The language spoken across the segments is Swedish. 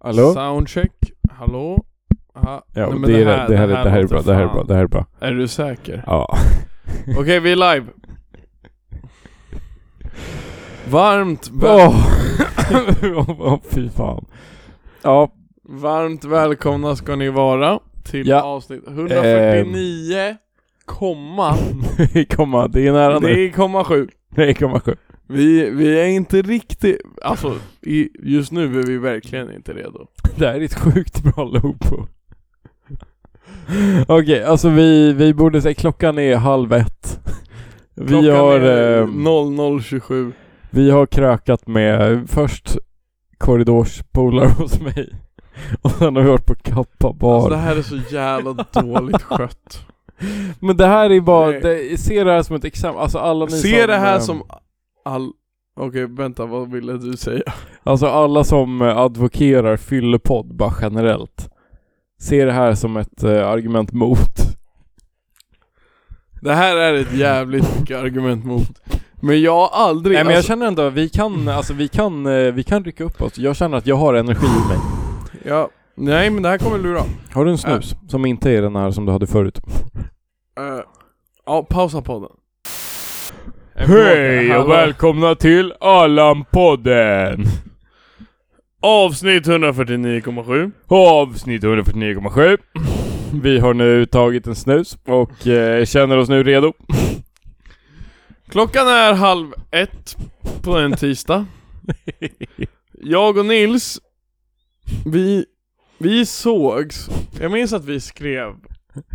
Hallå? Soundcheck. Hallå? Ha. Ja, Nej, men det, är, det, här, det, här är låter bra, det här är bra, fan- det här är bra. Är du säker? Ja. Okej, vi är live. Varmt, väl- Åh, Åh, fy fan. Ja, varmt välkomna ska ni vara till Ja. avsnitt 149, komma, komma, det är nära det nu. är komma sju. Nej, komma sju. Vi, vi är inte riktigt, alltså i, just nu är vi verkligen inte redo. Det här är ett sjukt bra loop. Okej, alltså vi, vi borde säga klockan är halv ett. Vi Klockan har... är ehm, 00.27. Vi har krökat med först korridorspolare hos mig och sen har vi varit på Kappa bar. Alltså det här är så jävla dåligt skött. Men det här är bara, Nej. det, se det här som ett exempel, alltså alla ni Se som, det här eh, som all... Okej, vänta, vad ville du säga? Alltså alla som eh, advokerar fyllepodd bara generellt. Se det här som ett eh, argument mot. Det här är ett jävligt mycket argument mot. Men jag har aldrig... Nej men jag alltså, känner ändå, vi kan, alltså vi kan, eh, vi kan rycka upp oss. Jag känner att jag har energi i mig. ja, nej men det här kommer lura. Har du en snus? Som inte är den här som du hade förut. Uh, ja, pausa podden. Hej och Hallå. välkomna till Allan-podden! Avsnitt 149,7. Avsnitt 149,7 Vi har nu tagit en snus och eh, känner oss nu redo Klockan är halv ett på en tisdag. Jag och Nils, vi, vi sågs. Jag minns att vi skrev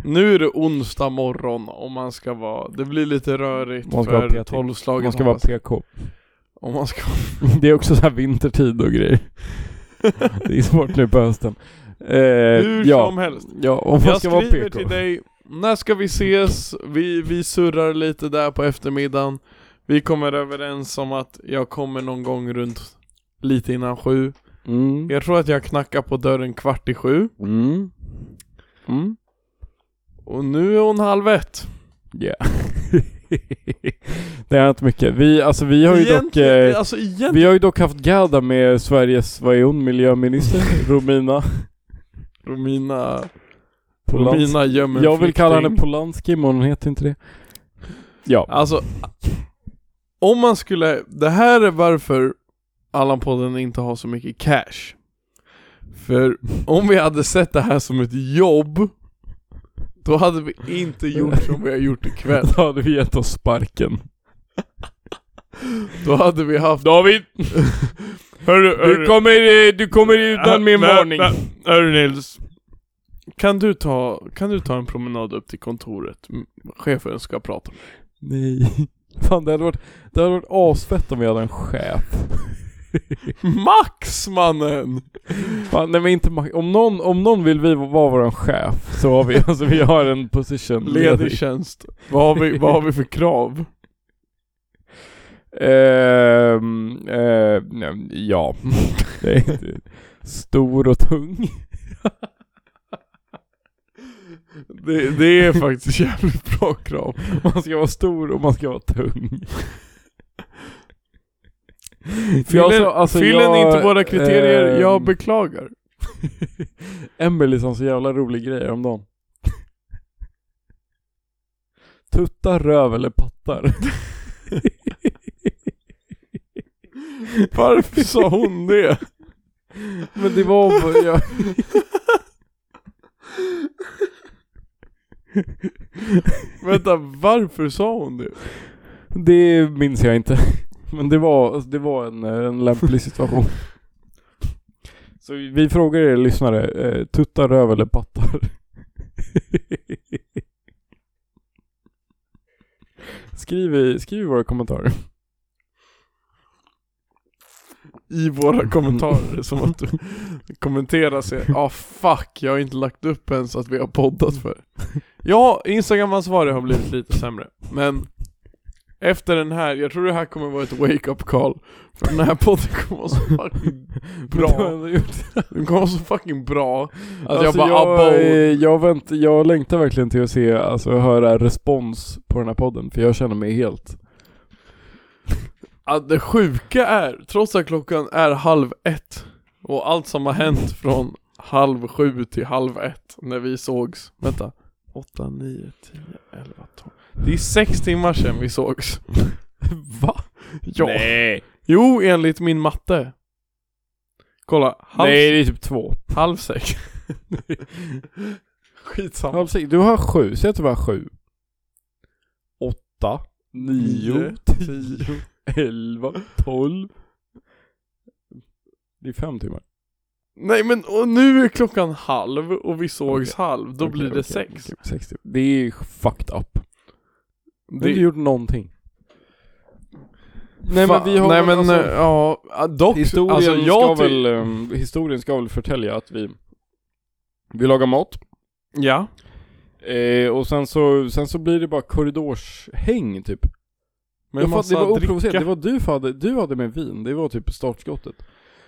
Nu är det onsdag morgon om man ska vara, det blir lite rörigt Man ska vara för petig. tolvslagen Man ska vara hoppas jag. PK Om man ska Det är också så här vintertid och grejer Det är svårt nu på hösten eh, Hur ja. som helst. Ja, om man Jag ska vara skriver PK till dig, när ska vi ses? Vi, vi surrar lite där på eftermiddagen Vi kommer överens om att jag kommer någon gång runt lite innan sju mm. Jag tror att jag knackar på dörren kvart i sju Mm. Mm. och nu är hon halv ett. Yeah. Det är inte mycket. Vi, alltså vi har ju dock... Egentligen- Eh, alltså egentligen, vi har ju dock haft gadda med Sveriges, vad är hon, miljöminister? Romina Romina, Polanski. Romina gömmer Jag vill kalla henne flykting. Polanski men hon heter inte det. Ja. Alltså, om man skulle, det här är varför Allan-podden inte har så mycket cash. För om vi hade sett det här som ett jobb, då hade vi inte gjort som vi har gjort ikväll. Då hade vi gett oss sparken. Då hade vi haft... David! Hörru, Äh, Du kommer, du kommer utan min varning. Hörru Nils. Kan du, ta, kan du ta en promenad upp till kontoret? Mm, Chefen ska prata med dig. Nej. Fan det hade varit, det hade varit asfett om vi hade en chef. Max mannen! Fan, nej men inte ma- om någon, om någon vill vi vara vår chef så har vi, alltså vi har en position Ledig tjänst. Vad har vi, vad har vi för krav? Ehm, eh, nej, ja. Det är inte- Stor och tung. Det, det är faktiskt jävligt bra krav. Man ska vara stor och man ska vara tung. Fyller, fyller ni inte våra kriterier, Alltså, ehm, jag beklagar. Emelie sa så jävla rolig grej häromdagen. Tuttar, röv eller pattar? Varför sa hon det? Men det var... Jag, Vänta, varför sa hon det? det minns jag inte. Men det var, det var en, eh, en lämplig situation. Så vi frågar er lyssnare, eh, tuttar, röv eller pattar? Skriv i, skriv i våra kommentarer. I våra kommentarer, som att du kommenterar sig. Ja ah, fuck, jag har inte lagt upp ens att vi har poddat för. Ja, Instagram-ansvarig har blivit lite sämre. Men efter den här, jag tror det här kommer vara ett wake-up call. För den här podden kommer vara så fucking, Bra. Du har ändå gjort den kommer vara så fucking bra. Att jag Alltså, bara abba jag, eh, och- jag, vänt, jag längtar verkligen till att se, alltså höra respons på den här podden, för jag känner mig helt... Att det sjuka är, trots att klockan är halv ett Och allt som har hänt från halv sju till halv ett när vi sågs. Vänta. åtta, nio, tio, elva, tolv. Det är sex timmar sedan vi sågs. Va? Ja. Nej. Jo, enligt min matte. Kolla. Halv, Nej, det är typ två. halv sex. Skitsamma. Halv sex. Du har sju, säg att du har sju. Åtta. Nio. tio. Elva. Tolv. Det är fem timmar. Nej men och nu är klockan halv och vi sågs halv, då Okej, blir det okej, sex. okej, sex timmar. Det är fucked up. Vi har Det- inte gjort någonting. Nej Fan, men vi har Nej väl men alltså- eh, ja, ah, dock, Historien, alltså jag ska ty- väl, ehm, historien ska väl förtälja att vi, vi lagar mat, Ja, eh, och sen så, sen så blir det bara korridorshäng typ. men jag fatt, det massa var oprovocerat, dricka. det var du hade, du hade med vin, det var typ startskottet.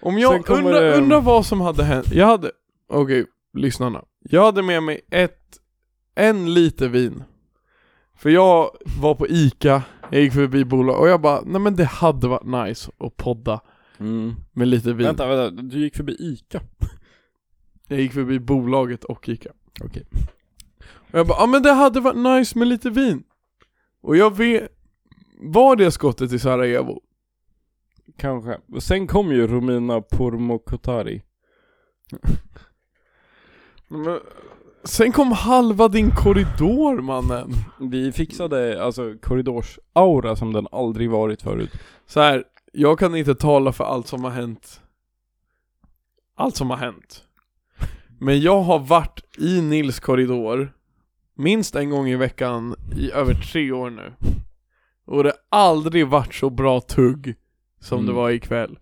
Om Sen jag kommer undrar det- undrar vad som hade hänt, jag hade, okej, lyssnarna. Jag hade med mig ett, en liter vin. För jag var på Ica, jag gick förbi bolag och jag bara, nej men det hade varit nice att podda med lite vin. Vänta, vänta, du gick förbi ICA. Jag gick förbi bolaget och Ica. Okej. Och jag bara, ja ah, men det hade varit nice med lite vin. Och jag vet, var det skottet i Sarajevo? Kanske. Och sen kom ju Romina Pourmokhtari. Men, sen kom halva din korridor mannen. Vi fixade alltså korridorsaura som den aldrig varit förut. Så här, jag kan inte tala för allt som har hänt. Allt som har hänt. Men jag har varit i Nils korridor minst en gång i veckan i över tre år nu. Och det har aldrig varit så bra tugg som Mm. det var ikväll.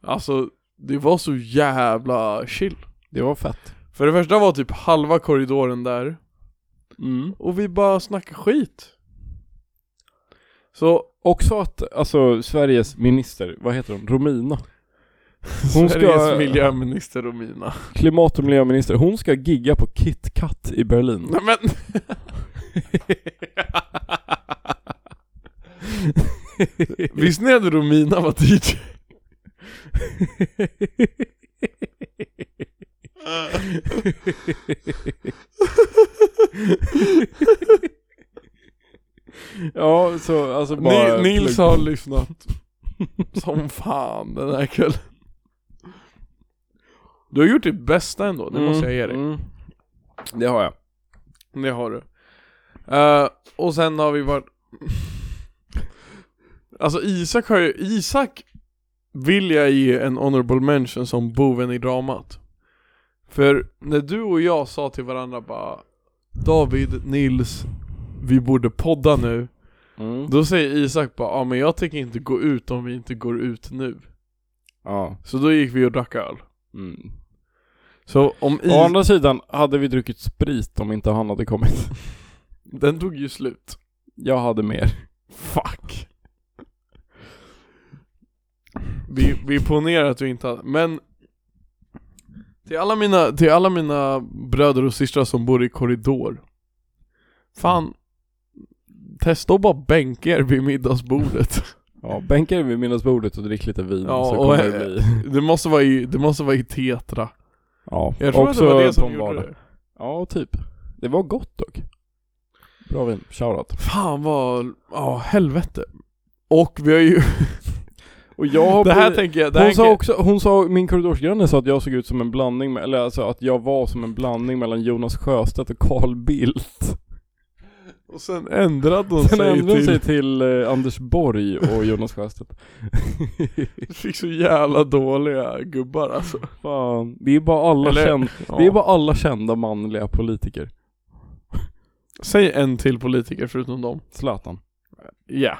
Alltså, det var så jävla chill. Det var fett. För det första var typ halva korridoren där och vi bara snackade skit. Så Också att, alltså Sveriges minister, vad heter hon? Romina? Hon Hon ska- Sveriges miljöminister Romina. Klimat och miljöminister, hon ska gigga på KitKat i Berlin. Nej men! Visste ni att Romina var DJ? Ja, så alltså bara... Ni, Nils plugg. har lyssnat som fan den här kvällen. Du har gjort ditt bästa ändå, det måste jag ge dig. Mm. Det har jag. Det har du. Eh, och sen har vi varit... alltså Isak har ju, Isak vill jag ge en honorable mention som boven i dramat. För när du och jag sa till varandra bara David, Nils, vi borde podda nu. Mm. Då säger Isak bara ja ah, men jag tänker inte gå ut om vi inte går ut nu. Ja. Så då gick vi och drack öl. Mm. Så om Å Isak, andra sidan hade vi druckit sprit om inte han hade kommit. den tog ju slut. Jag hade mer. Fuck. Vi, vi ponerar att vi inte hade, men till alla, mina, till alla mina bröder och systrar som bor i korridor. Fan. Testa att bara bänka er vid middagsbordet. Ja, bänkar vid middagsbordet och drick lite vin Ja, så och- kommer det bli... Det måste vara i, det måste vara i Tetra. Ja, Jag tror att det var det som de var gjorde där. det. Ja, typ. Det var gott dock. Bra vin. Shoutout. Fan vad, ja helvete. Och vi har ju, Och jag har det här blivit- tänker jag, det här hon sa tänker- också, hon sa, min korridorsgranne sa att jag såg ut som en blandning, med, eller alltså att jag var som en blandning mellan Jonas Sjöstedt och Carl Bildt. och sen ändrade hon Sen sig ändrade hon till sig till eh, Anders Borg och Jonas Sjöstedt. Fick så jävla dåliga gubbar alltså. Fan, det är bara alla Eller- kända, Ja. det är bara alla kända manliga politiker. Säg en till politiker förutom dem. Zlatan. Ja.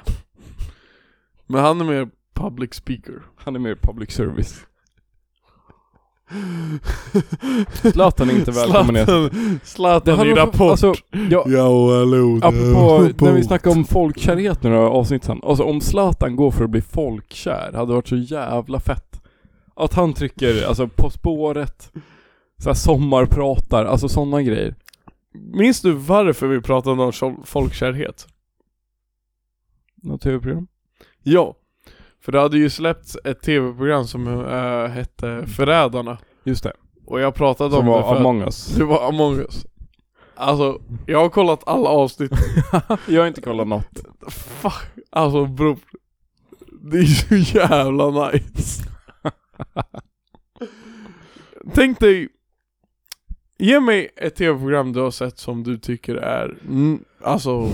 Men han är mer public speaker. Han är mer public service. Zlatan är inte välkommen i- Zlatan, Det Zlatan hade i varit- rapport. alltså, jag, ja, hallå. det är Apropå rapport. när vi snackade om folkkärhet nu några avsnitt sen. Alltså om Zlatan går för att bli folkkär, hade varit så jävla fett. Att han trycker, alltså På spåret, så här sommarpratar, alltså sådana grejer. Minns du varför vi pratade om sol- folkkärhet? Något tv-program? Ja. För det hade ju släppts ett tv-program som eh, hette Förrädarna Just det. Och jag pratade Som om det var för att- Among us. Det var Among us Alltså, jag har kollat alla avsnitt Jag har inte kollat något. Fuck, alltså bror Det är så jävla nice Tänk dig Ge mig ett tv-program du har sett som du tycker är, mm, Oh, alltså,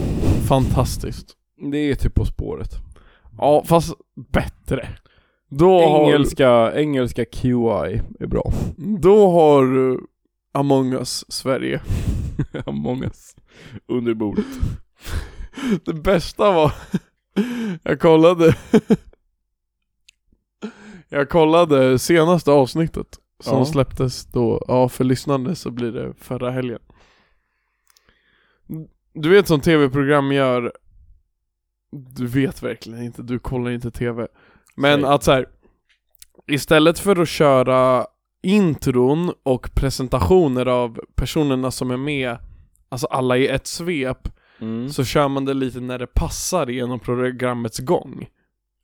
fantastiskt Det är typ På spåret. Ja, fast bättre Då har, Engelska, engelska QI är bra. då har eh, Among Us Sverige Among us. Under bordet. Det bästa var Jag kollade Jag kollade senaste avsnittet Som Ja. släpptes då, ja för lyssnande så blir det förra helgen Du vet som tv-program gör Du vet verkligen inte, du kollar inte tv Men Nej. att så här. Istället för att köra intron och presentationer av personerna som är med Alltså alla i ett svep Mm. så kör man det lite när det passar genom programmets gång.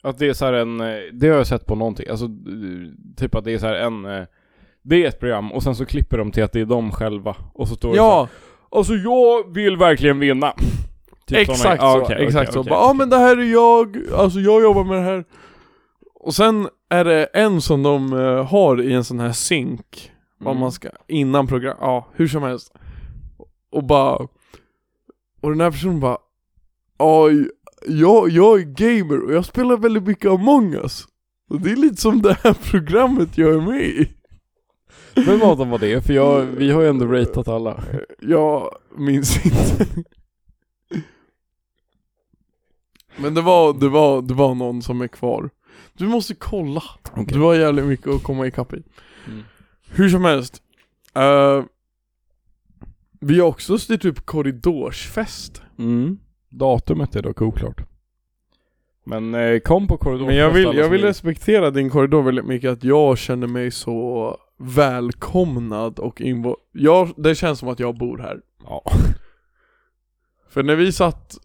Att det är så här en, eh, det har jag sett på någonting, alltså eh, typ att det är så här en, eh, det är ett program och sen så klipper de till att det är de själva och så står det så här, Ja, alltså jag vill verkligen vinna. sådana- exakt typ Ja, så. okej, exakt okej, så. okej, Bara, Ja okej. men det här är jag, alltså jag jobbar med det här. Och sen är det en som de eh, har i en sån här synk, vad Mm. man ska, innan program, ja hur som helst. Och bara, och den här personen bara, oj, jag, jag är gamer och jag spelar väldigt mycket Among Us. Och det är lite som det här programmet jag är med i. Men vad de var det? För jag, vi har ju ändå ratat alla. Eh, Jag minns inte. Men det var, det var, det var någon som är kvar. Du måste kolla. Du har jävligt mycket att komma ikapp i. Mm. Hur som helst. Eh, vi har också styrt upp korridorsfest. Mm. Datumet är dock oklart. Men eh, kom på korridoren. Men jag först, vill, alla jag som vill respektera din korridor väldigt mycket, att jag känner mig så välkomnad och invo... Jag, det känns som att jag bor här. Ja. För när vi satt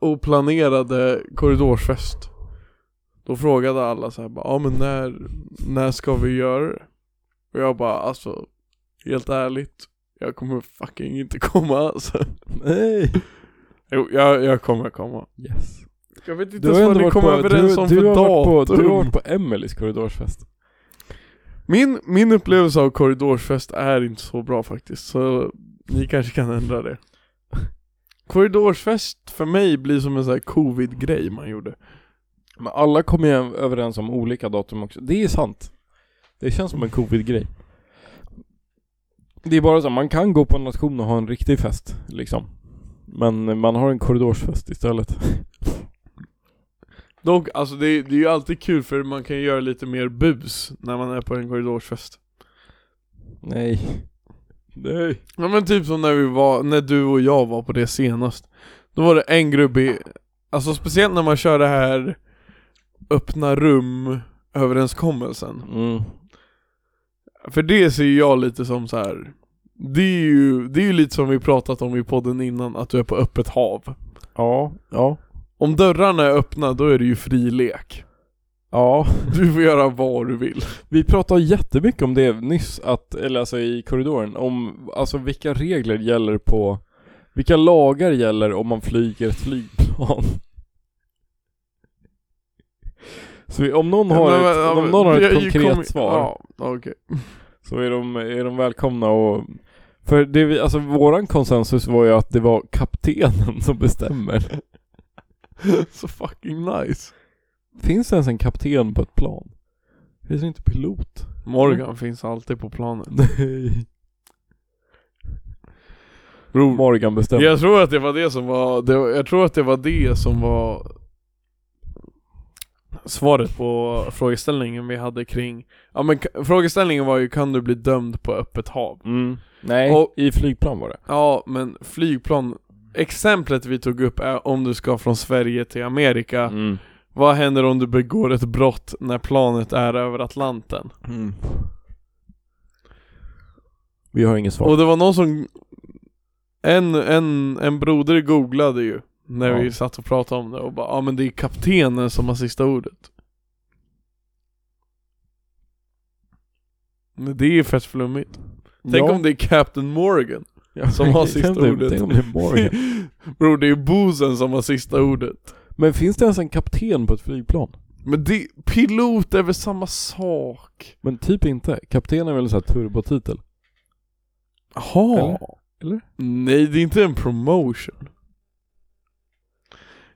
och planerade korridorsfest Då frågade alla så här, bara, ja men när, när ska vi göra det? Och jag bara alltså, helt ärligt Jag kommer fucking inte komma alltså Nej. Jo, jag, jag kommer komma Yes. Jag vet inte Du har ens vad ändå ni varit kom på, överens du, om du för har varit på, datum Du har varit på Emelies korridorsfest. min, min upplevelse av korridorsfest är inte så bra faktiskt, så ni kanske kan ändra det Korridorsfest för mig blir som en sån här covid-grej man gjorde Men alla kom ju överens om olika datum också. Det är sant. Det känns som en covid-grej. Det är bara så, här, man kan gå på en nation och ha en riktig fest, liksom. Men man har en korridorsfest istället. Dock, alltså det, är- det är ju alltid kul för man kan ju göra lite mer bus när man är på en korridorsfest Nej. Nej. Ja men typ som när vi var, när du och jag var på det senast Då var det en grupp i, alltså speciellt när man kör det här öppna rum överenskommelsen Mm. För det ser ju jag lite som så här. Det är ju, det är ju lite som vi pratat om i podden innan, att du är på öppet hav Ja. Ja. Om dörrarna är öppna då är det ju fri lek Ja. Du får göra vad du vill Vi pratade jättemycket om det nyss, att, eller alltså i korridoren, om alltså vilka regler gäller på, vilka lagar gäller om man flyger ett flygplan? Så vi- om någon har Men, ett, men, om någon har ett jag- jag konkret kommer- svar Ja, okej så är de, är de välkomna och för det vi, alltså våran konsensus var ju att det var kaptenen som bestämmer. Så fucking nice Finns det ens en kapten på ett plan? Finns det inte pilot? Morgan Mm. finns alltid på planen Nej. Morgan bestämmer. Jag tror att det var det som var, det, var- jag tror att det var det som var Svaret på frågeställningen vi hade kring Ja men k- frågeställningen var ju kan du bli dömd på öppet hav? Mm. Nej, Och- i flygplan var det. Ja men flygplan Exemplet vi tog upp är om du ska från Sverige till Amerika Mm. Vad händer om du begår ett brott när planet är över Atlanten? Mm. Vi har inget svar. Och det var någon som En, en, en broder googlade ju När Ja. vi satt och pratade om det och bara Ja ah, men det är kaptenen som har sista ordet Men det är fett flummigt. Tänk om det är Captain Morgan som har sista ordet. Tänk om det är Morgan. Bror det är ju bosen som har sista ordet. Men finns det ens en kapten på ett flygplan? Men det, pilot är väl samma sak? Men typ inte. Kapten är väl en sån här turbotitel? Jaha. Eller? Eller? Nej, det är inte en promotion.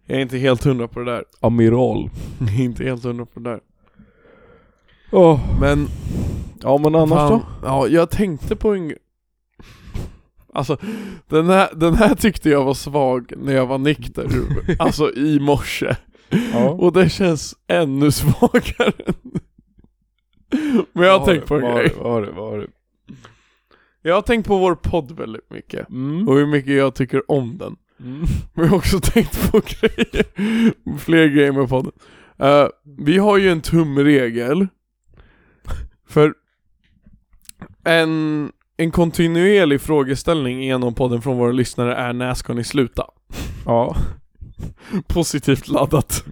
Jag är inte helt hundra på det där. Amiral. Jag är inte helt hundra på det där. Åh. Men Ja men annars fan, då? Ja, jag tänkte på en... Alltså, den här, den här tyckte jag var svag när jag var nykter. alltså i morse. Ja. Och det känns ännu svagare. Men jag har tänkt på en grej. Vad har du? Vad har du? Jag har tänkt på vår podd väldigt mycket. Mm. Och hur mycket jag tycker om den. Mm. Men jag har också tänkt på grejer, fler grejer med podden. Eh, vi har ju en tumregel. För en, en kontinuerlig frågeställning genom podden från våra lyssnare är när ska ni sluta? Ja. Positivt laddat.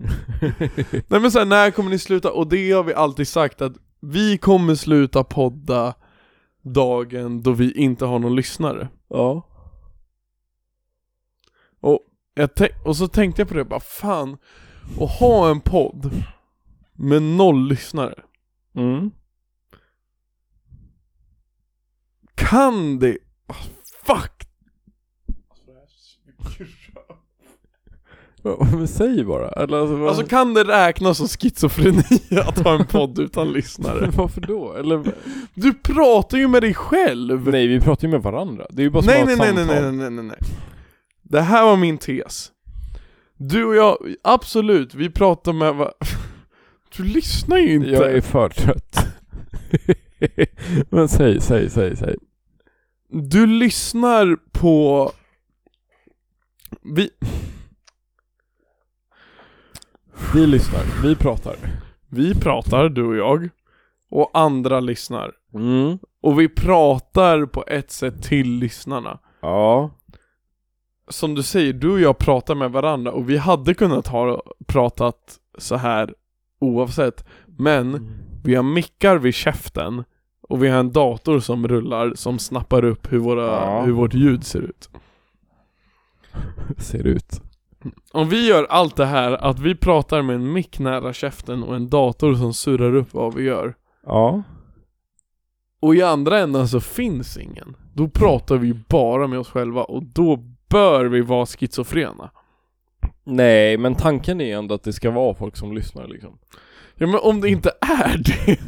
Nej men såhär, när kommer ni sluta? Och det har vi alltid sagt att vi kommer sluta podda dagen då vi inte har någon lyssnare. ja. Jag tän- och så tänkte jag på det, bara fan, att ha en podd med noll lyssnare, Mm. kan det... ah, Fuck! Ja, Men säg bara. Eller alltså, vad... Alltså kan det räknas som schizofreni att ha en podd utan lyssnare? varför då? Eller... Du pratar ju med dig själv! Nej vi pratar ju med varandra. Det är ju bara som Nej att ha nej ett nej nej samtal. nej nej nej nej Det här var min tes Du och jag, absolut, vi pratar med va- Du lyssnar ju inte! Jag är för trött. Men säg, säg, säg, säg. Du lyssnar på... Vi, Vi lyssnar, vi pratar. vi pratar, du och jag, och andra lyssnar. Mm. Och vi pratar på ett sätt till lyssnarna. Ja. Som du säger, du och jag pratar med varandra och vi hade kunnat ha pratat så här oavsett. Men vi har mickar vid käften och vi har en dator som rullar som snappar upp hur, våra, Ja. hur vårt ljud ser ut. Ser ut. Om vi gör allt det här, att vi pratar med en mick nära käften och en dator som surrar upp vad vi gör Ja. Och i andra änden så finns ingen Då pratar vi ju bara med oss själva och då bör vi vara schizofrena Nej, men tanken är ändå att det ska vara folk som lyssnar liksom. Ja men om det inte är det!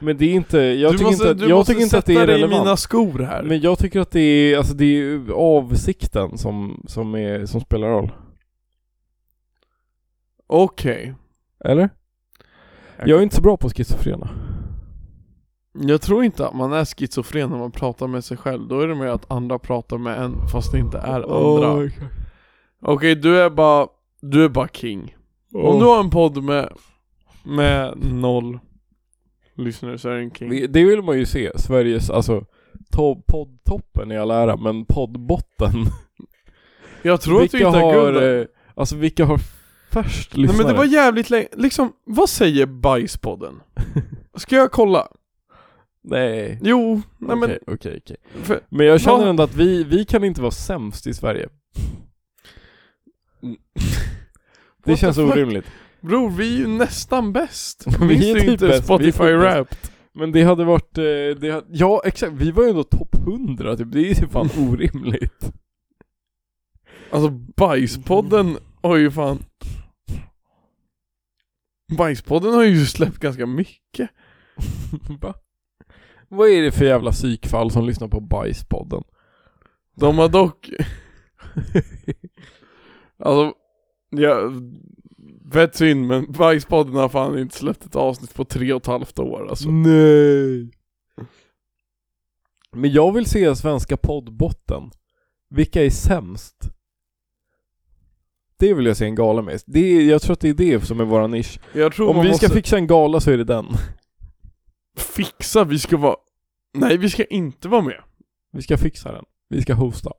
Men det är inte, jag du tycker måste, inte att, du jag måste tycker inte att det sätta är dig i relevant. mina skor här Men jag tycker att det är, alltså det är ju avsikten som, som, är, som spelar roll. Okej Eller? Jag är inte så bra på schizofrena. Jag tror inte att man är schizofren när man pratar med sig själv Då är det mer att andra pratar med en fast det inte är andra Okej, du är bara, du är bara king Om du har en podd med, med noll lyssnare så är det en king. Det- Det vill man ju se, Sveriges, alltså to- poddtoppen i all ära, men poddbotten. jag tror att du vilka inte har har, guld. eh, alltså vilka har färst Nej lyssnare? men det var jävligt länge, liksom, vad säger bajspodden? Ska jag kolla? Nej. Jo, nej Okej, okej, okej. men, för, Men jag känner Ja. ändå att vi, vi kan inte vara sämst i Sverige. Mm. Det What känns the fuck? orimligt. bror vi är ju nästan bäst. Vi Minns är du typ inte bäst, vi är Spotify typ bäst. Wrapped? Men det hade varit, eh, det, ha- ja exakt, vi var ju ändå topp 100 typ, det är ju fan orimligt. Alltså bajspodden har ju fan... Bajspodden har ju släppt ganska mycket. Va? Vad är det för jävla psykfall som lyssnar på Bajspodden? De har dock... alltså, ja, fett synd men Bajspodden har fan inte släppt ett avsnitt på tre och ett halvt år alltså. Nej! Men jag vill se svenska poddbotten. Vilka är sämst? Det vill jag se en gala med. Det är, jag tror att det är det som är vår nisch. Jag tror Om man vi ska måste fixa en gala så är det den. fixa, vi ska vara... Nej vi ska inte vara med. Vi ska fixa den. Vi ska hosta.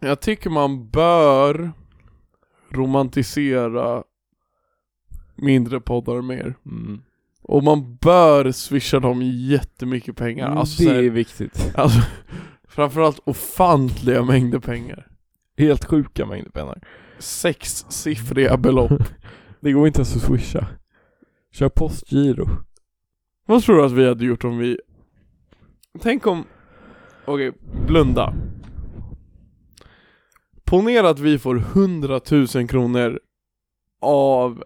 Jag tycker man bör romantisera mindre poddar mer. Mm. Och man bör swisha dem jättemycket pengar. Alltså, Mm, det så är här, viktigt. alltså framförallt ofantliga mängder pengar. Helt sjuka mängder pengar. Sexsiffriga belopp. Det går inte ens att swisha. Kör postgiro. Vad tror du att vi hade gjort om vi... Tänk om... Okej, blunda. Ponera att vi får 100 000 kronor av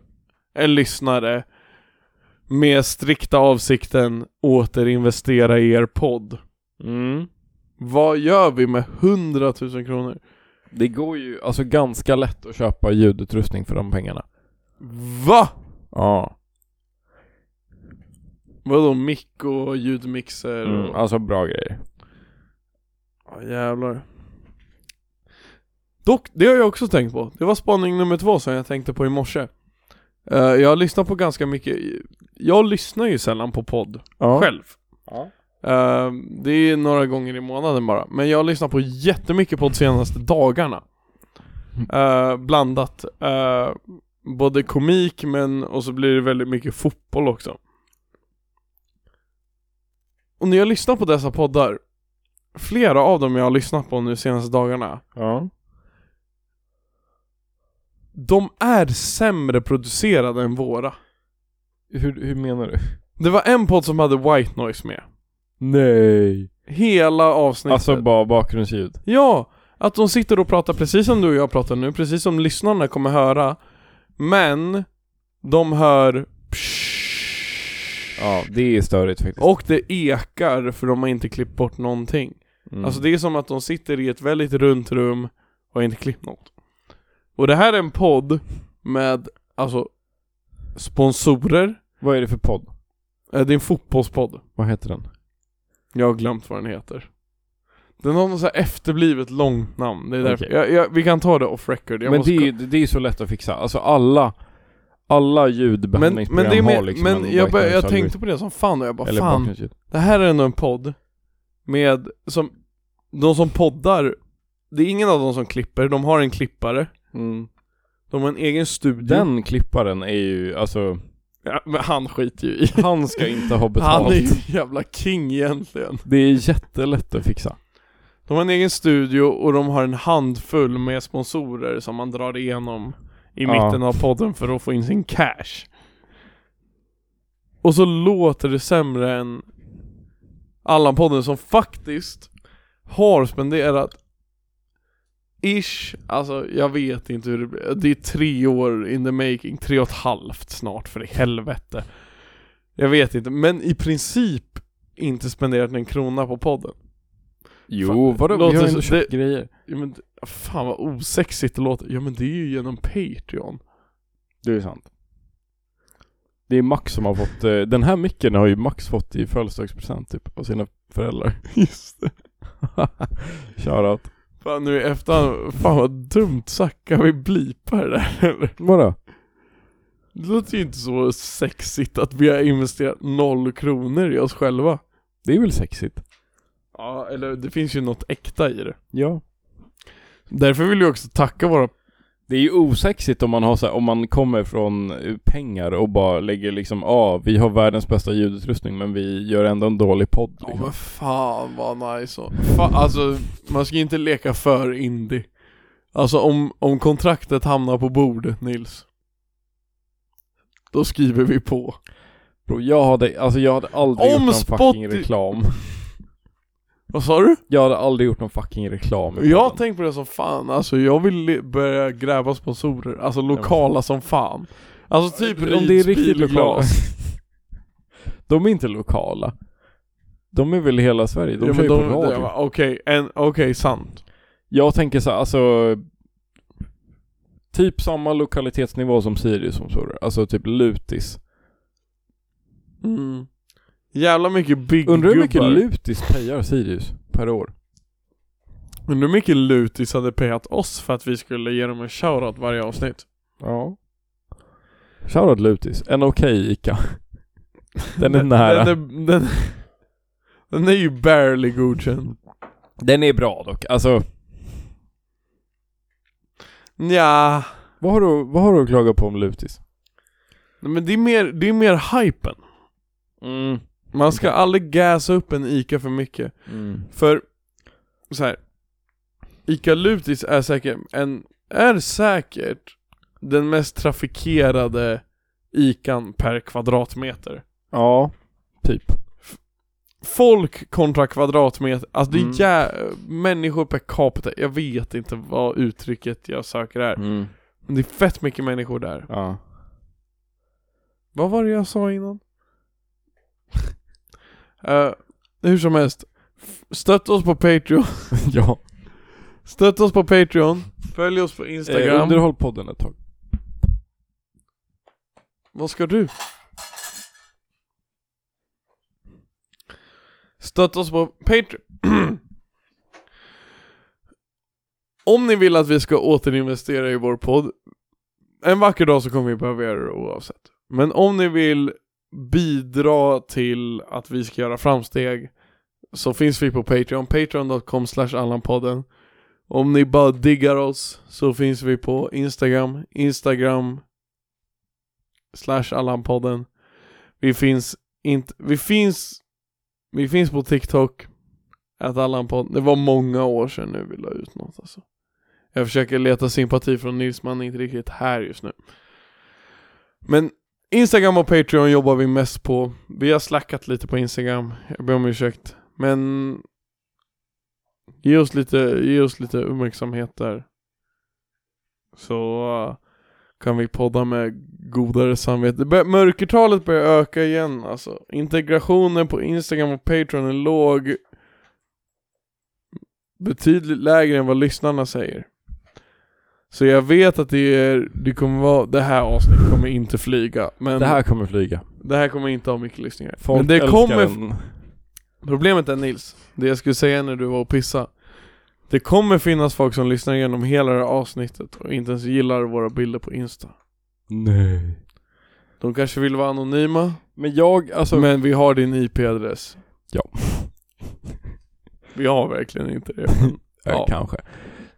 en lyssnare med strikta avsikten återinvestera i er podd. Mm. Vad gör vi med 100 000 kronor? Det går ju alltså ganska lätt att köpa ljudutrustning för de pengarna. Va? Ja. Vadå mick och ljudmixer? Mm, och- alltså bra grejer. Ja jävlar. Dock, det har jag också tänkt på. Det var spaning nummer två som jag tänkte på i morse. Eh, jag lyssnar på ganska mycket, jag lyssnar ju sällan på podd Ja. själv. Ja. Eh, det är några gånger i månaden bara. Men jag lyssnar på jättemycket podd senaste dagarna. Eh, blandat. Eh, både komik men, och så blir det väldigt mycket fotboll också. Och när jag lyssnar på dessa poddar, flera av dem jag har lyssnat på nu senaste dagarna, Ja. de är sämre producerade än våra. Hur, hur menar du? Det var en podd som hade white noise med. Nej. Hela avsnittet. Alltså bara bakgrundsljud. Ja, att de sitter och pratar precis som du och jag pratar nu, precis som lyssnarna kommer höra. Men de hör Ja, det är störigt faktiskt. och det ekar för de har inte klippt bort någonting. Mm. Alltså det är som att de sitter i ett väldigt runt rum och har inte klippt något. Och det här är en podd med, alltså, sponsorer. Vad är det för podd? Eh, Det är en fotbollspodd. Vad heter den? Jag har glömt vad den heter. Den har något så här efterblivet långt namn. Det är därför. Okej. Jag, jag, vi kan ta det off record. Jag men måste det är, ju- det är ju så lätt att fixa. Alltså alla, alla men, ljudbehandlingsprogram men, det är har med, liksom men en jag, bör, white jag noise tänkte på det som fan och jag bara Eller fan, bakgrundsljud. det här är ändå en podd med, som, de som poddar, det är ingen av dem som klipper, de har en klippare, de har en egen studio. Den klipparen är ju, alltså, Ja, men han skiter ju i. han ska inte ha betalt. Han är ju en jävla king egentligen. Det är jättelätt att fixa. De har en egen studio och de har en handfull med sponsorer som man drar igenom i Ja. mitten av podden för att få in sin cash. Och så låter det sämre än Allan-podden som faktiskt har spenderat Ish, alltså jag vet inte hur det blir. Det är tre år in the making, tre och ett halvt snart för i helvete. Jag vet inte, men i princip inte spenderat en krona på podden. Jo, vadå? låter Vi har ju så- ändå köpt grejer. Ja men det- fan vad osexigt det låter. Ja men det är ju genom Patreon. Det är sant. Det är Max som har fått, eh, den här micken har ju Max fått i födelsedagspresent typ, av sina föräldrar. Just det. Shoutout. Fan nu i efterhand, fan vad dumt sagt. Kan vi blipa det där eller? Vadå? Det låter ju inte så sexigt att vi har investerat noll kronor i oss själva. Det är väl sexigt? Ja, eller det finns ju något äkta i det. Ja. Därför vill jag också tacka våra... Det är ju osexigt om man har så här, om man kommer från eh, pengar och bara lägger liksom, ah, vi har världens bästa ljudutrustning men vi gör ändå en dålig podd Ja liksom. men fan vad nice. och- Fan, alltså, man ska inte leka för indie. Alltså om, om kontraktet hamnar på bordet Nils. Då skriver vi på. Bro, jag hade, alltså jag hade aldrig Om gjort någon Spotify- fucking reklam. Vad sa du? Jag hade aldrig gjort någon fucking reklam. i Jag har podden. tänkt på det som fan, alltså jag vill li- börja gräva sponsorer, alltså lokala som fan Alltså typ Om det är riktigt lokala. glas. De är inte lokala. De är väl i hela Sverige, de ja, kör men ju de, på radio. de, Okej, en- okej, sant Jag tänker så här, alltså Typ samma lokalitetsnivå som Sirius som så Alltså typ Lutis. mm. Jävla mycket big Undrar hur mycket gubbar. Lutis pejar Sirius per år? Undrar hur mycket lutis hade payat oss för att vi skulle ge dem en shoutout varje avsnitt Ja. Shoutout Lutis. En okej Ica. Den är nära. Den är... den, den, den är ju barely godkänd bra dock. Alltså, Ja. vad har du, vad har du att klaga på om Lutis? men det är mer, det är mer hypen Mm. Man ska aldrig gasa upp en ICA för mycket. Mm. För, så här. ICA Lutis är säkert, en, är säkert den mest trafikerade ICAn per kvadratmeter. Ja, typ. Folk kontra kvadratmeter, alltså det är Mm. jä- människor per capita, jag vet inte vad uttrycket jag söker är. Mm. Men det är fett mycket människor där. Ja. Vad var det jag sa innan? Eh, hur som helst, F- stötta oss på Patreon, ja. stötta oss på Patreon, följ oss på Instagram. Eh, underhåll podden ett tag. Vad ska du? Stötta oss på Patreon. Om ni vill att vi ska återinvestera i vår podd, en vacker dag så kommer vi behöva göra det oavsett. Men om ni vill bidra till att vi ska göra framsteg så finns vi på Patreon, patreon.com slash allanpodden. Om ni bara diggar oss så finns vi på Instagram, Instagram slash Allan-podden. Vi finns inte, vi finns, vi finns på TikTok, att Allan-podden, det var många år sedan nu vi la ut något alltså. Jag försöker leta sympati från Nils, men han är inte riktigt här just nu. Men Instagram och Patreon jobbar vi mest på. Vi har slackat lite på Instagram, jag ber om ursäkt. Men ge oss lite, ge oss lite uppmärksamhet där. Så eh, kan vi podda med godare samvete. Det bör, mörkertalet börjar öka igen alltså. Integrationen på Instagram och Patreon är låg. Betydligt lägre än vad lyssnarna säger. Så jag vet att det är, det kommer vara, det här avsnittet kommer inte flyga. Men Det här kommer flyga. det här kommer inte ha mycket lyssningar. Folk men det älskar kommer, den. Problemet är Nils, det jag skulle säga när du var och pissa Det kommer finnas folk som lyssnar igenom hela det här avsnittet och inte ens gillar våra bilder på Insta Nej. De kanske vill vara anonyma, Men jag, alltså... men vi har din IP-adress Ja. Vi har verkligen inte det men, Eh, Ja. Kanske.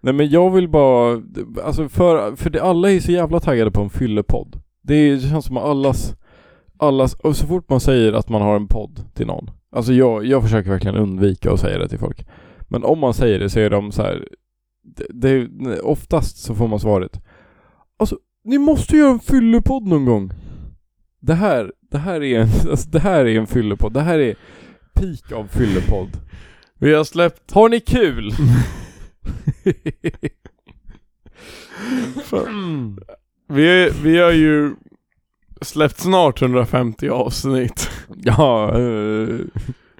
Nej men jag vill bara, alltså för, för det, alla är så jävla taggade på en fyllepodd. Det, är- det känns som att allas, allas, och så fort man säger att man har en podd till någon. Alltså jag, jag försöker verkligen undvika att säga det till folk. Men om man säger det så är de så här, det, det, nej, oftast så får man svaret. Alltså, ni måste göra en fyllepodd någon gång. Det här, det här är en, alltså det här är en fyllepodd. Det här är peak av fyllepodd. Vi har släppt, Har ni kul? vi, vi har ju släppt snart 150 avsnitt ja, eh,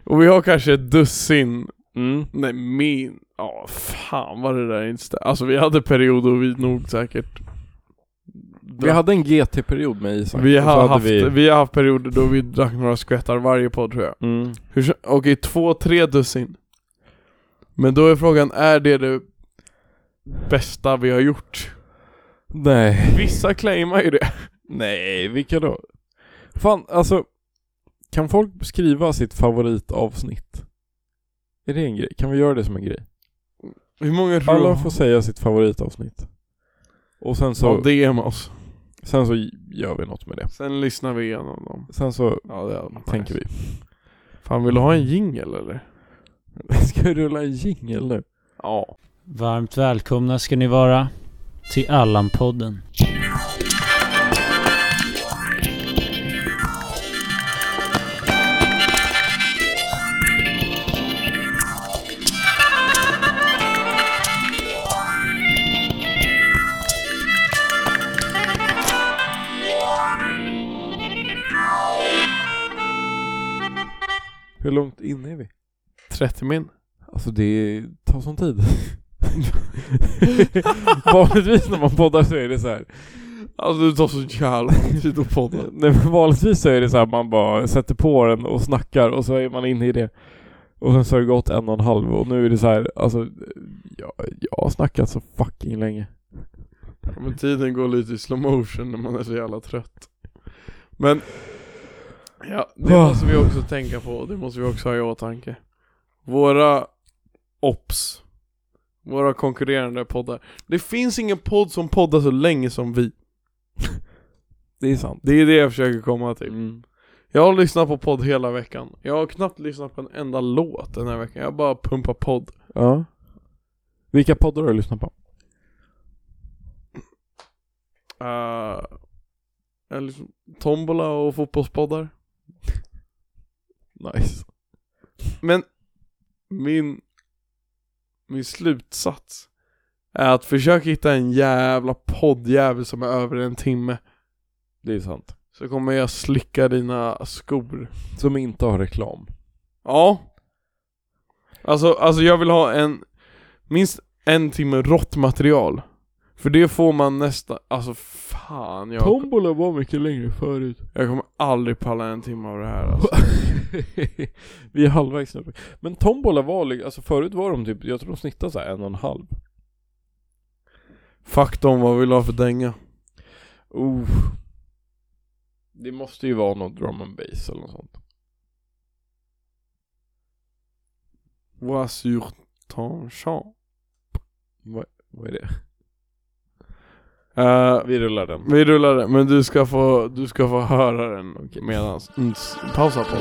Och vi har kanske ett dussin mm. Nej min, ja fan vad det där inte stä- Alltså vi hade perioder och vi nog säkert Vi hade en GT-period med Isak. vi och så har, hade haft, vi... vi- har haft perioder då vi drack några skvättar varje podd tror jag Mm. Hur, så- Okej, två, tre dussin Men då är frågan, är det det bästa vi har gjort? Nej. Vissa claimar ju det Nej, vilka då? Fan, alltså. Kan folk beskriva sitt favoritavsnitt? Är det en grej? Kan vi göra det som en grej? Hur många tror Alla du får säga sitt favoritavsnitt. Och sen så, ja, DM oss sen så gör vi något med det. Sen lyssnar vi igenom dem Sen så Ja det är tänker vi. Fan vill du ha en jingel eller? Ska vi rulla en jingel nu? Ja Varmt välkomna ska ni vara till Allan-podden. Hur långt in är vi? 30 min Alltså det tar sån tid. vanligtvis när man poddar så är det så här. Alltså det tar så jävla tid att podda Nej, men vanligtvis så är det så här man bara sätter på den och snackar och så är man inne i det. Och sen så har det gått en och en halv och nu är det så här, alltså jag, jag har snackat så fucking länge. Ja, Men tiden går lite i slow motion när man är så jävla trött Men Ja, det Ah. måste vi också tänka på och det måste vi också ha i åtanke Våra Ops Våra konkurrerande poddar Det finns ingen podd som poddar så länge som vi Det är sant. Det är det jag försöker komma till Mm. Jag har lyssnat på podd hela veckan. Jag har knappt lyssnat på en enda låt den här veckan. Jag bara pumpar podd. Ja. Vilka poddar har du lyssnat på? Uh, jag liksom, tombola och fotbollspoddar. Nice. Men min, min slutsats är att försök hitta en jävla poddjävel som är över en timme. Det är sant. Så kommer jag slicka dina skor. Som inte har reklam. Ja. Alltså, alltså jag vill ha en, minst en timme rått material. För det får man nästan, alltså fan jag, Tombola var mycket längre förut. jag kommer aldrig palla en timme av det här alltså. Vi är halvvägs nu. Men tombola var li- alltså förut var de typ, jag tror de snittade så här en och en halv. Fuck dem, vad vill du ha för dänga? Oh. Det måste ju vara något drum and bass eller något sånt. Vad sur ton champ. Vad är det? Eh, Vi rullar den. Vi rullar den, men du ska få, du ska få höra den medans. Mm, s- pausa på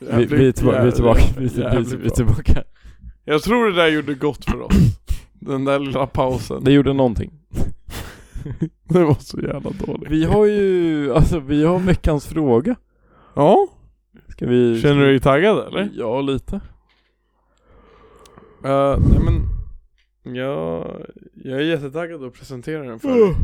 Vi, vi är tillbaka, vi är tillbaka, vi är tillbaka. Vi är tillbaka. Jag tror det där gjorde gott för oss. Den där lilla pausen. Det gjorde någonting. Det var så jävla dåligt. Vi har ju, alltså vi har veckans fråga. Ja, Ska vi... känner du dig taggad eller? Ja, lite. Eh, nej men, jag, jag är jättetaggad att presentera den för dig.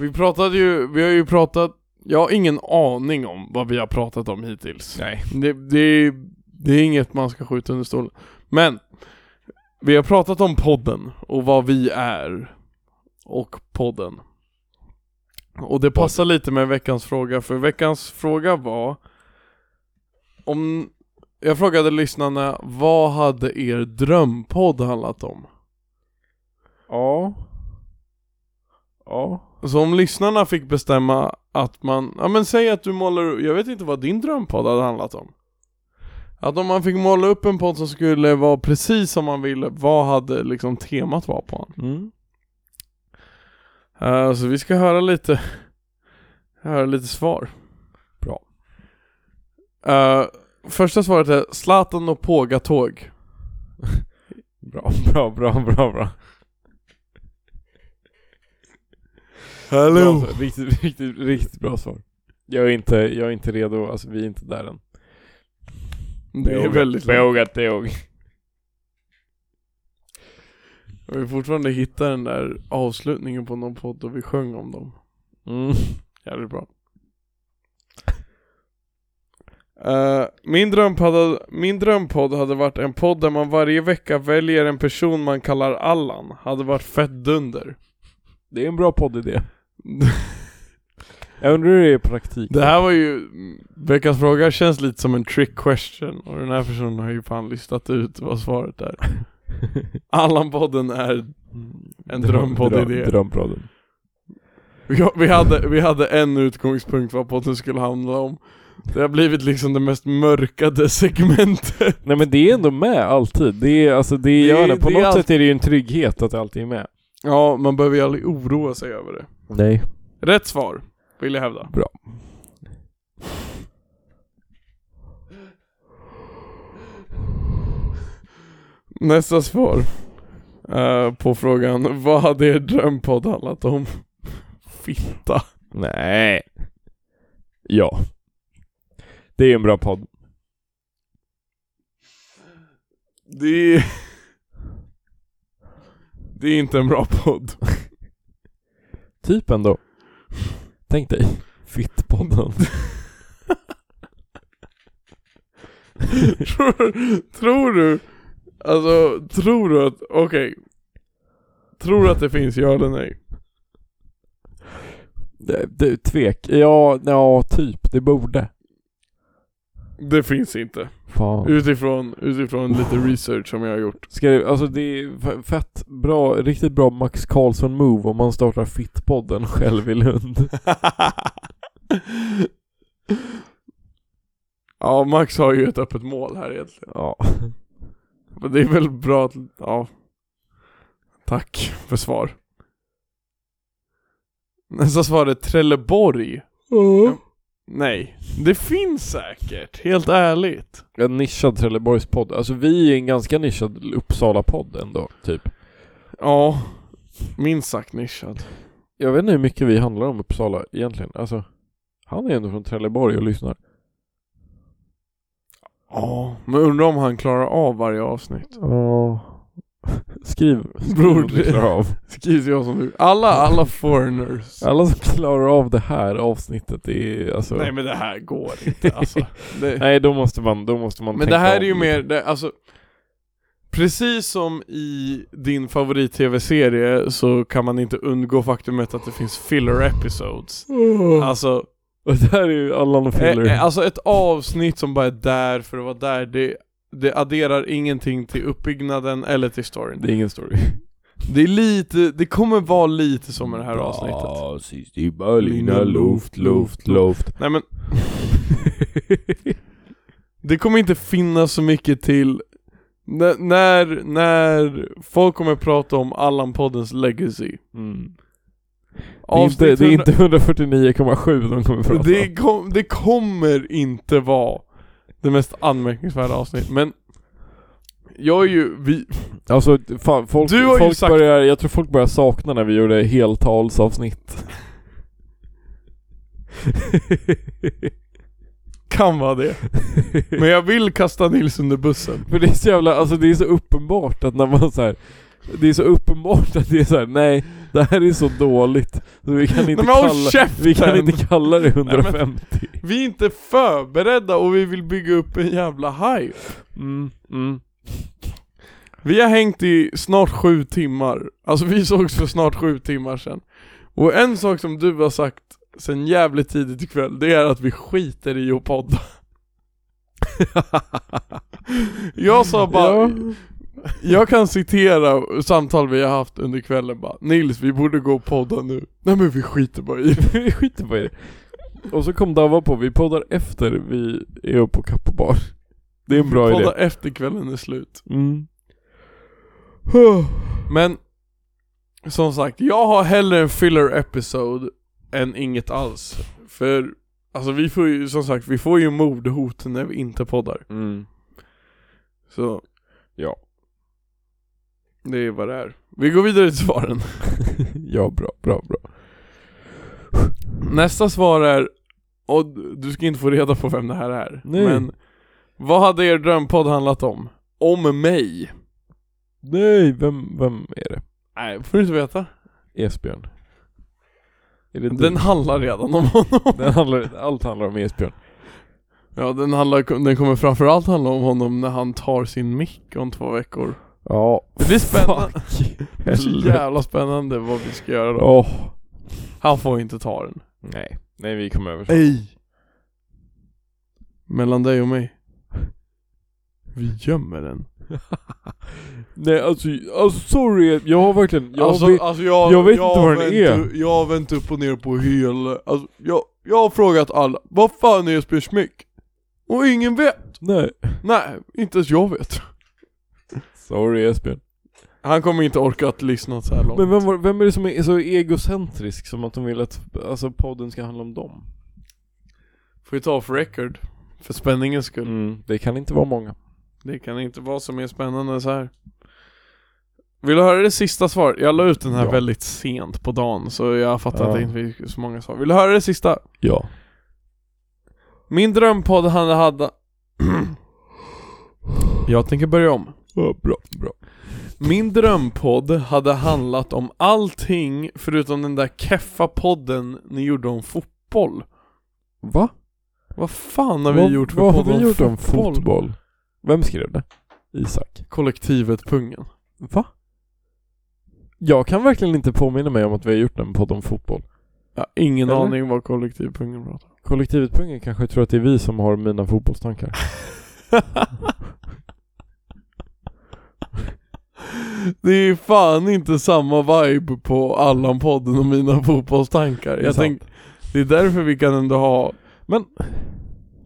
Vi pratade ju, vi har ju pratat, jag har ingen aning om vad vi har pratat om hittills. Nej. Det, det, är- det är inget man ska skjuta under stolen. Men, vi har pratat om podden och vad vi är. Och podden. Och det passar lite med veckans fråga, för veckans fråga var om jag frågade lyssnarna, vad hade er drömpodd handlat om? Ja. Ja. Så om lyssnarna fick bestämma att man, ja men säg att du målar, jag vet inte vad din drömpodd hade handlat om. Att om man fick måla upp en podd som skulle vara precis som man ville, vad hade liksom temat var på den? Mm. Eh, så vi ska höra lite, höra lite svar. Bra. Eh, första svaret är Zlatan och Pågatåg. Bra, bra, bra, bra, bra. Bra svar. Riktigt, riktigt, riktigt bra svar. Jag är inte, jag är inte redo, alltså vi är inte där än. Det är väldigt långt. Vågat jag. Jag vill fortfarande hitta den där avslutningen på någon podd då vi sjöng om dem. Mm. Jävligt bra. Eh, min, drömpodd, hade- min drömpodd hade varit en podd där man varje vecka väljer en person man kallar Allan. Hade varit fett dunder. Det är en bra poddidé. Jag undrar hur det är i praktik. Det här var ju, mm, veckans fråga känns lite som en trick question och den här personen har ju fan listat ut vad svaret är. Allan-podden är en drömpoddidé. Mm. Dröm, drömpodden. Ja, vi, hade, vi hade en utgångspunkt vad podden skulle handla om Det har blivit liksom det mest mörkade segmentet Nej men det är ändå med alltid. Det är, alltså det, är- Det är- jag vet inte, på det är något allt- sätt är det ju en trygghet att det alltid är med. Ja, man behöver ju aldrig oroa sig över det Nej. Rätt svar, vill jag hävda Bra. Nästa svar eh, på frågan Vad hade er drömpodd handlat om? Fitta. Nej. Ja. Det är en bra podd. Det är... Det är inte en bra podd. Typ ändå. Tänk dig. Fittpodden. tror, tror du, alltså tror du att, okej. Tror du att det finns, ja eller nej? Det, det, tvek. Ja, ja, typ. Det borde. Det finns inte. Fan. Utifrån, utifrån lite research som jag har gjort. Ska det, alltså det är f- fett bra, riktigt bra Max Karlsson move om man startar Fittpodden själv i Lund. ja, Max har ju ett öppet mål här egentligen. Ja. Men det är väl bra att, ja. Tack för svar. Nästa svar är Trelleborg. Nej, det finns säkert, helt ärligt. En nischad Trelleborgspodd. Alltså vi är en ganska nischad Uppsala-podd ändå, typ. Ja, minst sagt nischad. Jag vet inte hur mycket vi handlar om Uppsala egentligen. Alltså, han är ändå från Trelleborg och lyssnar. Ja, men undrar om han klarar av varje avsnitt. Ja. Skriv. Bror, Bror, det- klarar av. Skrivs jag som du. Alla, alla foreigners. Alla som klarar av det här avsnittet är alltså... Nej men det här går inte alltså. Det, Nej, då måste man, då måste man men tänka det här är om ju lite. mer, det, alltså. Precis som i din favorit-tv-serie så kan man inte undgå faktumet att det finns filler episodes. Alltså, Och det här är ju Allan och Filler. eh, eh, alltså ett avsnitt som bara är där för att vara där, det, det adderar ingenting till uppbyggnaden eller till storyn. det är ingen story. Det är lite, det kommer vara lite som med det här avsnittet sist i Berlina, luft, luft, luft. Nej men Det kommer inte finnas så mycket till N- när, när folk kommer prata om Allan-poddens legacy Mm. Det, är inte, Avsnitt det är inte 149,7 de kommer prata 100 om. det, kom, det kommer inte vara det mest anmärkningsvärda avsnittet men Jag är ju, vi, Alltså, fan, folk, Du har ju folk sagt- börjar, jag tror folk börjar sakna när vi gjorde heltalsavsnitt. kan vara det Men jag vill kasta Nils under bussen För det är så jävla, alltså det är så uppenbart att när man så här. Det är så uppenbart att det är så här: nej, det här är så dåligt. Så vi kan inte Nej, men håll kalla, käften! vi kan inte kalla det men- 150. Vi är inte förberedda och vi vill bygga upp en jävla hype. Mm, mm. Vi har hängt i snart sju timmar. Alltså vi sågs för snart sju timmar sedan. Och en sak som du har sagt sen jävligt tidigt ikväll, det är att vi skiter i att podda. jag sa bara, Ja. jag kan citera samtal vi har haft under kvällen bara Nils, vi borde gå och podda nu. Nej men vi skiter bara i det. vi skiter på det. Och så kom Dava på, vi poddar efter vi är uppe på Kappa Bar. Det är en bra idé. Podda efter kvällen är slut. Mm. Men som sagt, jag har hellre en filler episode än inget alls. För alltså vi får ju som sagt, vi får ju mordhot när vi inte poddar. Mm. Så Ja. det är vad det är. Vi går vidare till svaren. ja, bra, bra, bra. Nästa svar är, och du ska inte få reda på vem det här är. Nej. Men vad hade er drömpodd handlat om? Om mig? Nej, vem, vem är det? Nej, får du inte veta. Esbjörn. Är det Den den, handlar redan om honom. den handlar, allt handlar om Esbjörn. Ja, den, handlar, den kommer framförallt handla om honom när han tar sin mick om två veckor. Ja. Det blir spännande. Fuck. Det är så Helvete. jävla spännande vad vi ska göra då. Åh. Han får inte ta den. Nej. Nej, vi kommer över. Ej! Mellan dig och mig. Vi gömmer den. Nej, alltså, alltså sorry. Jag har verkligen, jag alltså, har, alltså jag, jag vet inte vad den vänt, Jag har vänt upp och ner på hela... Alltså, jag, jag har frågat alla, vad fan är Esbjörn Schmick? Och ingen vet! nej. Nej, inte ens jag vet. Sorry Esbjörn. Han kommer inte orka att lyssna så här långt. Men vem, var- vem är det som är så egocentrisk som att de vill att alltså, podden ska handla om dem? Får vi ta off record? För spänningens skull. Mm, det kan inte vara många. Det kan inte vara så mer spännande än så här. Vill du höra det sista svaret? Jag la ut den här Ja. väldigt sent på dagen så jag fattar att Ja. det inte fick så många svar. Vill du höra det sista? Ja. Min drömpodd hade... hade... jag tänker börja om. ja bra, bra. Min drömpodd hade handlat om allting förutom den där keffa podden ni gjorde om fotboll. Va? Vad fan har vi Vad- gjort för Vad podd har vi om gjort om fotboll? fotboll? Vem skrev det? Isak. Kollektivet Pungen. Va? Jag kan verkligen inte påminna mig om att vi har gjort en podd om fotboll. Jag har ingen Eller? aning vad Kollektivet Pungen pratar om. Kollektivet Pungen kanske tror att det är vi som har mina fotbollstankar. Det är fan inte samma vibe på Allan-podden och mina fotbollstankar. Det är Jag sant. tänk, det är därför vi kan ändå ha... Men...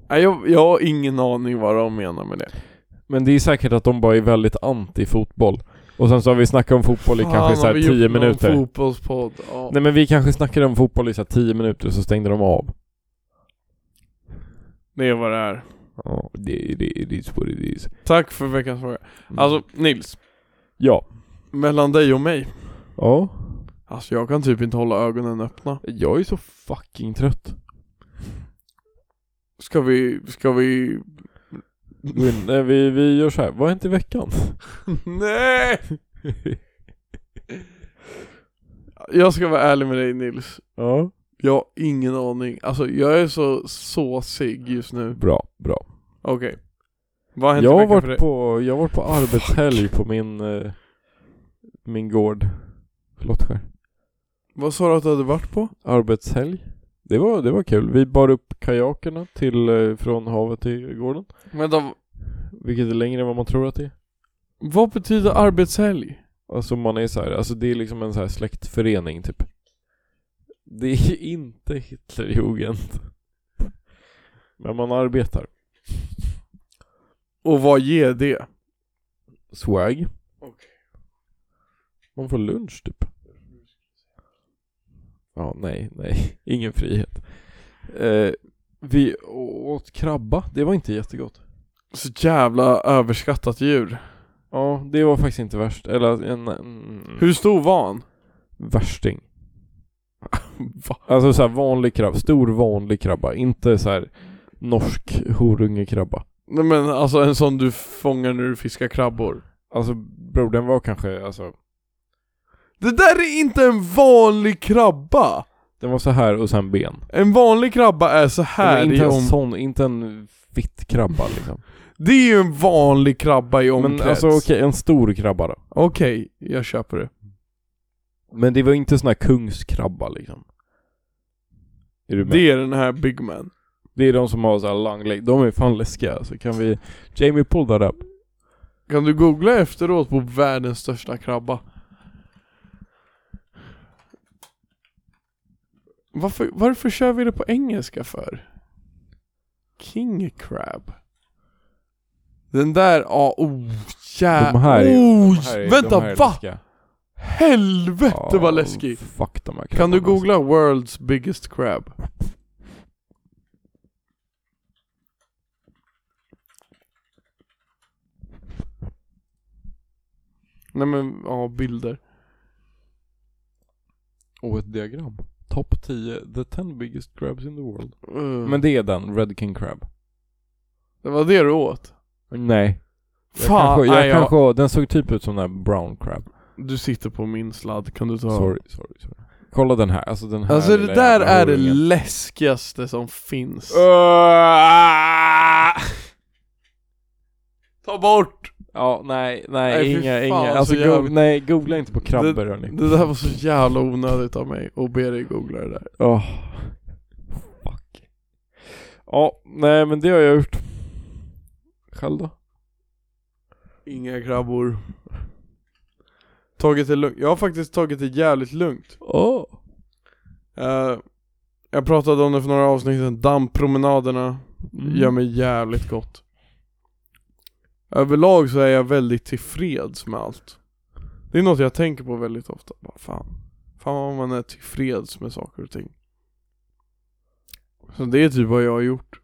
Nej, jag, jag har ingen aning vad de menar med det. Men det är säkert att de bara är väldigt anti fotboll. Och sen så har vi snackat om fotboll i kanske har vi såhär gjort 10 någon minuter. fotbollspodd. Ja. Nej men vi kanske snackade om fotboll i såhär 10 minuter så stängde de av. Det är vad det är. Ja, det, det, det är what it is. Tack för veckans fråga. Alltså Nils, Mm. Ja. mellan dig och mig. Ja. Alltså jag kan typ inte hålla ögonen öppna. Jag är så fucking trött. Ska vi, ska vi... Men, nej, vi, vi gör så här. vad har hänt i veckan? Nej! Jag ska vara ärlig med dig Nils. ja. Jag har ingen aning. Alltså jag är så såsig just nu. Bra, bra. Okej. Vad har hänt Jag i har, veckan för dig? varit på, jag har varit på arbetshelg på min, eh, min gård. Förlåt skär. Vad sa du att du hade varit på? Arbetshelg. Det var, det var kul. Vi bar upp kajakerna till, eh, från havet till gården. Vänta, Vilket är längre än vad man tror att det är. vad betyder arbetshelg? Alltså man är så här, alltså det är liksom en så här släktförening typ. Det är inte Hitlerjugend. Men man arbetar. Och vad ger det? Swag. Man får lunch typ. Ja, nej, nej. Ingen frihet. Eh, vi åt krabba. Det var inte jättegott. Så jävla överskattat djur. Ja, det var faktiskt inte värst. Eller en... en Hur stor var han? Värsting. Va? Alltså så här vanlig krabba. Stor vanlig krabba. Inte så här norsk horungekrabba. Nej men alltså en sån du fångar när du fiskar krabbor. Alltså bror, den var kanske, alltså. Det där är inte en vanlig krabba! Den var så här och sen ben. En vanlig krabba är så Det var här i inte en om... sån, inte en fitt krabba liksom. Det är ju en vanlig krabba i omkrets. Men alltså okej, en stor krabba då. Okej, jag köper det. Men det var inte sån här kungskrabba liksom. Är du med? Det, Det är den här Big Man. är de som har så här long leg. De är fan läskiga alltså. Kan vi... Jamie pull that up. Kan du googla efteråt på världens största krabba? Varför, varför kör vi det på engelska för? King crab. Den där, ja, oh, jä... De här är- oh, De här är- vänta, de här är va? läskiga. Helvete Ja, vad läskig! Oh, Fuck de här Kan krabbarna, du googla 'World's biggest crab'? Nej men, ja bilder. alltså. Och ett diagram. Top 10, the 10 biggest crabs in the world. Mm. Men det är den, Red King Crab. det var det du åt? Nej. Jag Fan, kanske, jag nej, kanske, den såg typ ut som den här brown crab. Du sitter på min sladd, kan du ta? Sorry, sorry, sorry. Kolla den här, alltså den här Alltså det lilla där jävla är det horungen. läskigaste som finns. Ta bort! Ja, nej, nej, Nej, fy inga, fan, inga. så Alltså jävla- go- nej, googla inte på krabbor hörni. Det där var så jävla onödigt av mig att be dig googla det där. Åh. Fuck. Ja, nej men det har jag gjort. Själv då? Inga krabbor. Tagit det lugnt. Jag har faktiskt tagit det jävligt lugnt. Åh. Eh, jag pratade om det för några avsnitt sedan. Dammpromenaderna gör mig jävligt gott. Överlag så är jag väldigt tillfreds med allt. Det är något jag tänker på väldigt ofta. Bara, fan. fan vad man är tillfreds med saker och ting. Så det är typ vad jag har gjort.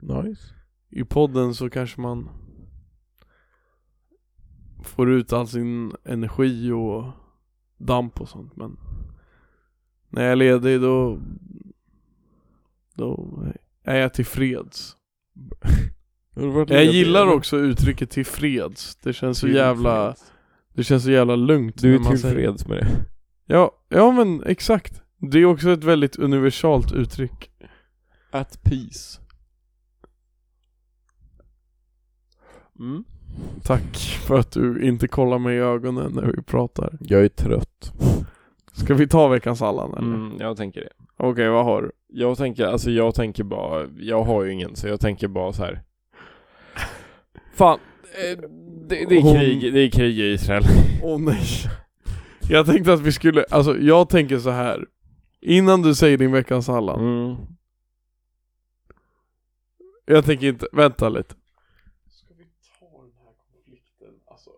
Nice. I podden så kanske man får ut all sin energi och damp och sånt men när jag är ledig då då är jag tillfreds. Har du varit Jag ledig? gillar också uttrycket tillfreds. Det känns så jävla, det känns så jävla lugnt Du är när man säger- tillfreds med det. Ja, ja men exakt. Det är också ett väldigt universalt uttryck. At peace. Mm. Tack för att du inte kollar mig i ögonen när vi pratar. Jag är trött. Ska vi ta veckans Allan eller? Mm, jag tänker det. Okej, vad har du? Jag tänker, alltså jag tänker bara, jag har ju ingen så jag tänker bara så här. Fan, eh, det, det Hon- är krig, det är krig i Israel. Åh nej. Jag tänkte att vi skulle, alltså jag tänker så här. Innan du säger din veckans Allan. Mm. Jag tänker inte, vänta lite. Ska vi ta den här konflikten, alltså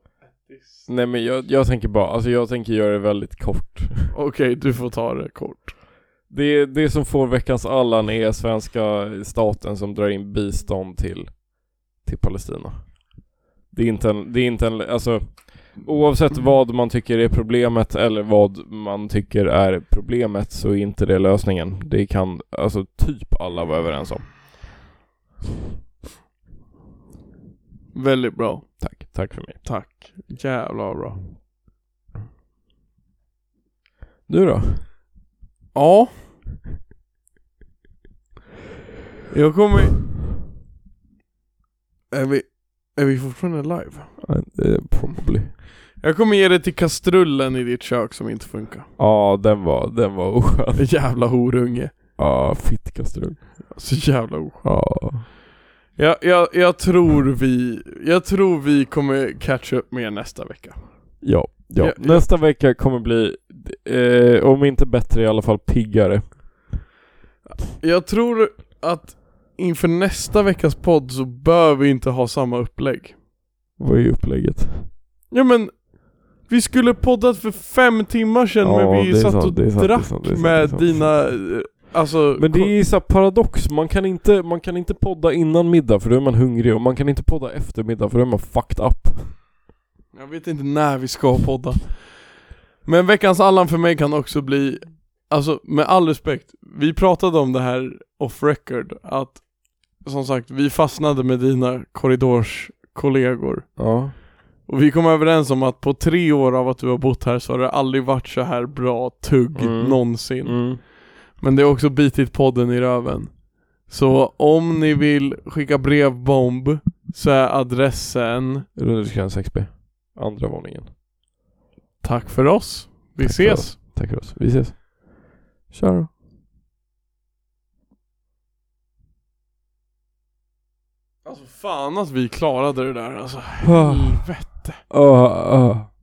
etniskt? Nej men jag, jag tänker bara, alltså jag tänker göra det väldigt kort. Okej, du får ta det kort. Det, det som får veckans Allan är svenska staten som drar in bistånd till, till Palestina. Det är inte en, det är inte en, alltså oavsett vad man tycker är problemet eller vad man tycker är problemet så är inte det lösningen. Det kan alltså typ alla vara överens om. Väldigt bra. Tack, tack för mig. Tack. Jävla bra. Du då? Ja. Jag kommer... Är vi, är vi fortfarande live? Probably. Jag kommer ge det till kastrullen i ditt kök som inte funkar. Ja, den var, den var oskön. Jävla horunge. Ja, fittkastrull. Så jävla oskön. Ja. Jag, jag, jag tror vi, jag tror vi kommer catch up med er nästa vecka. Ja, ja. Ja, ja. nästa vecka kommer bli, eh, om inte bättre i alla fall piggare. Jag tror att inför nästa veckas podd så bör vi inte ha samma upplägg. Vad är upplägget? Ja men, vi skulle poddat för fem timmar sedan Ja, men vi det är satt sant, och det är sant, det är drack sant, det är sant, det är med sant. dina, eh, alltså Men det är så här paradox, man kan, inte, man kan inte podda innan middag för då är man hungrig och man kan inte podda efter middag för då är man fucked up. Jag vet inte när vi ska podda. Men veckans Allan för mig kan också bli, alltså med all respekt, vi pratade om det här off record, att som sagt, vi fastnade med dina korridorskollegor. Ja. Och vi kom överens om att på tre år av att du har bott här så har det aldrig varit så här bra tugg Mm. någonsin. Mm. Men det har också bitit podden i röven. Så om ni vill skicka brevbomb så är adressen Runderskrans 6B. Andra våningen. Tack för oss. Vi Tack för ses. oss. Tack för oss. Vi ses. Tja då. Alltså fan att vi klarade det där alltså. Ah, Helvete. ah, ah.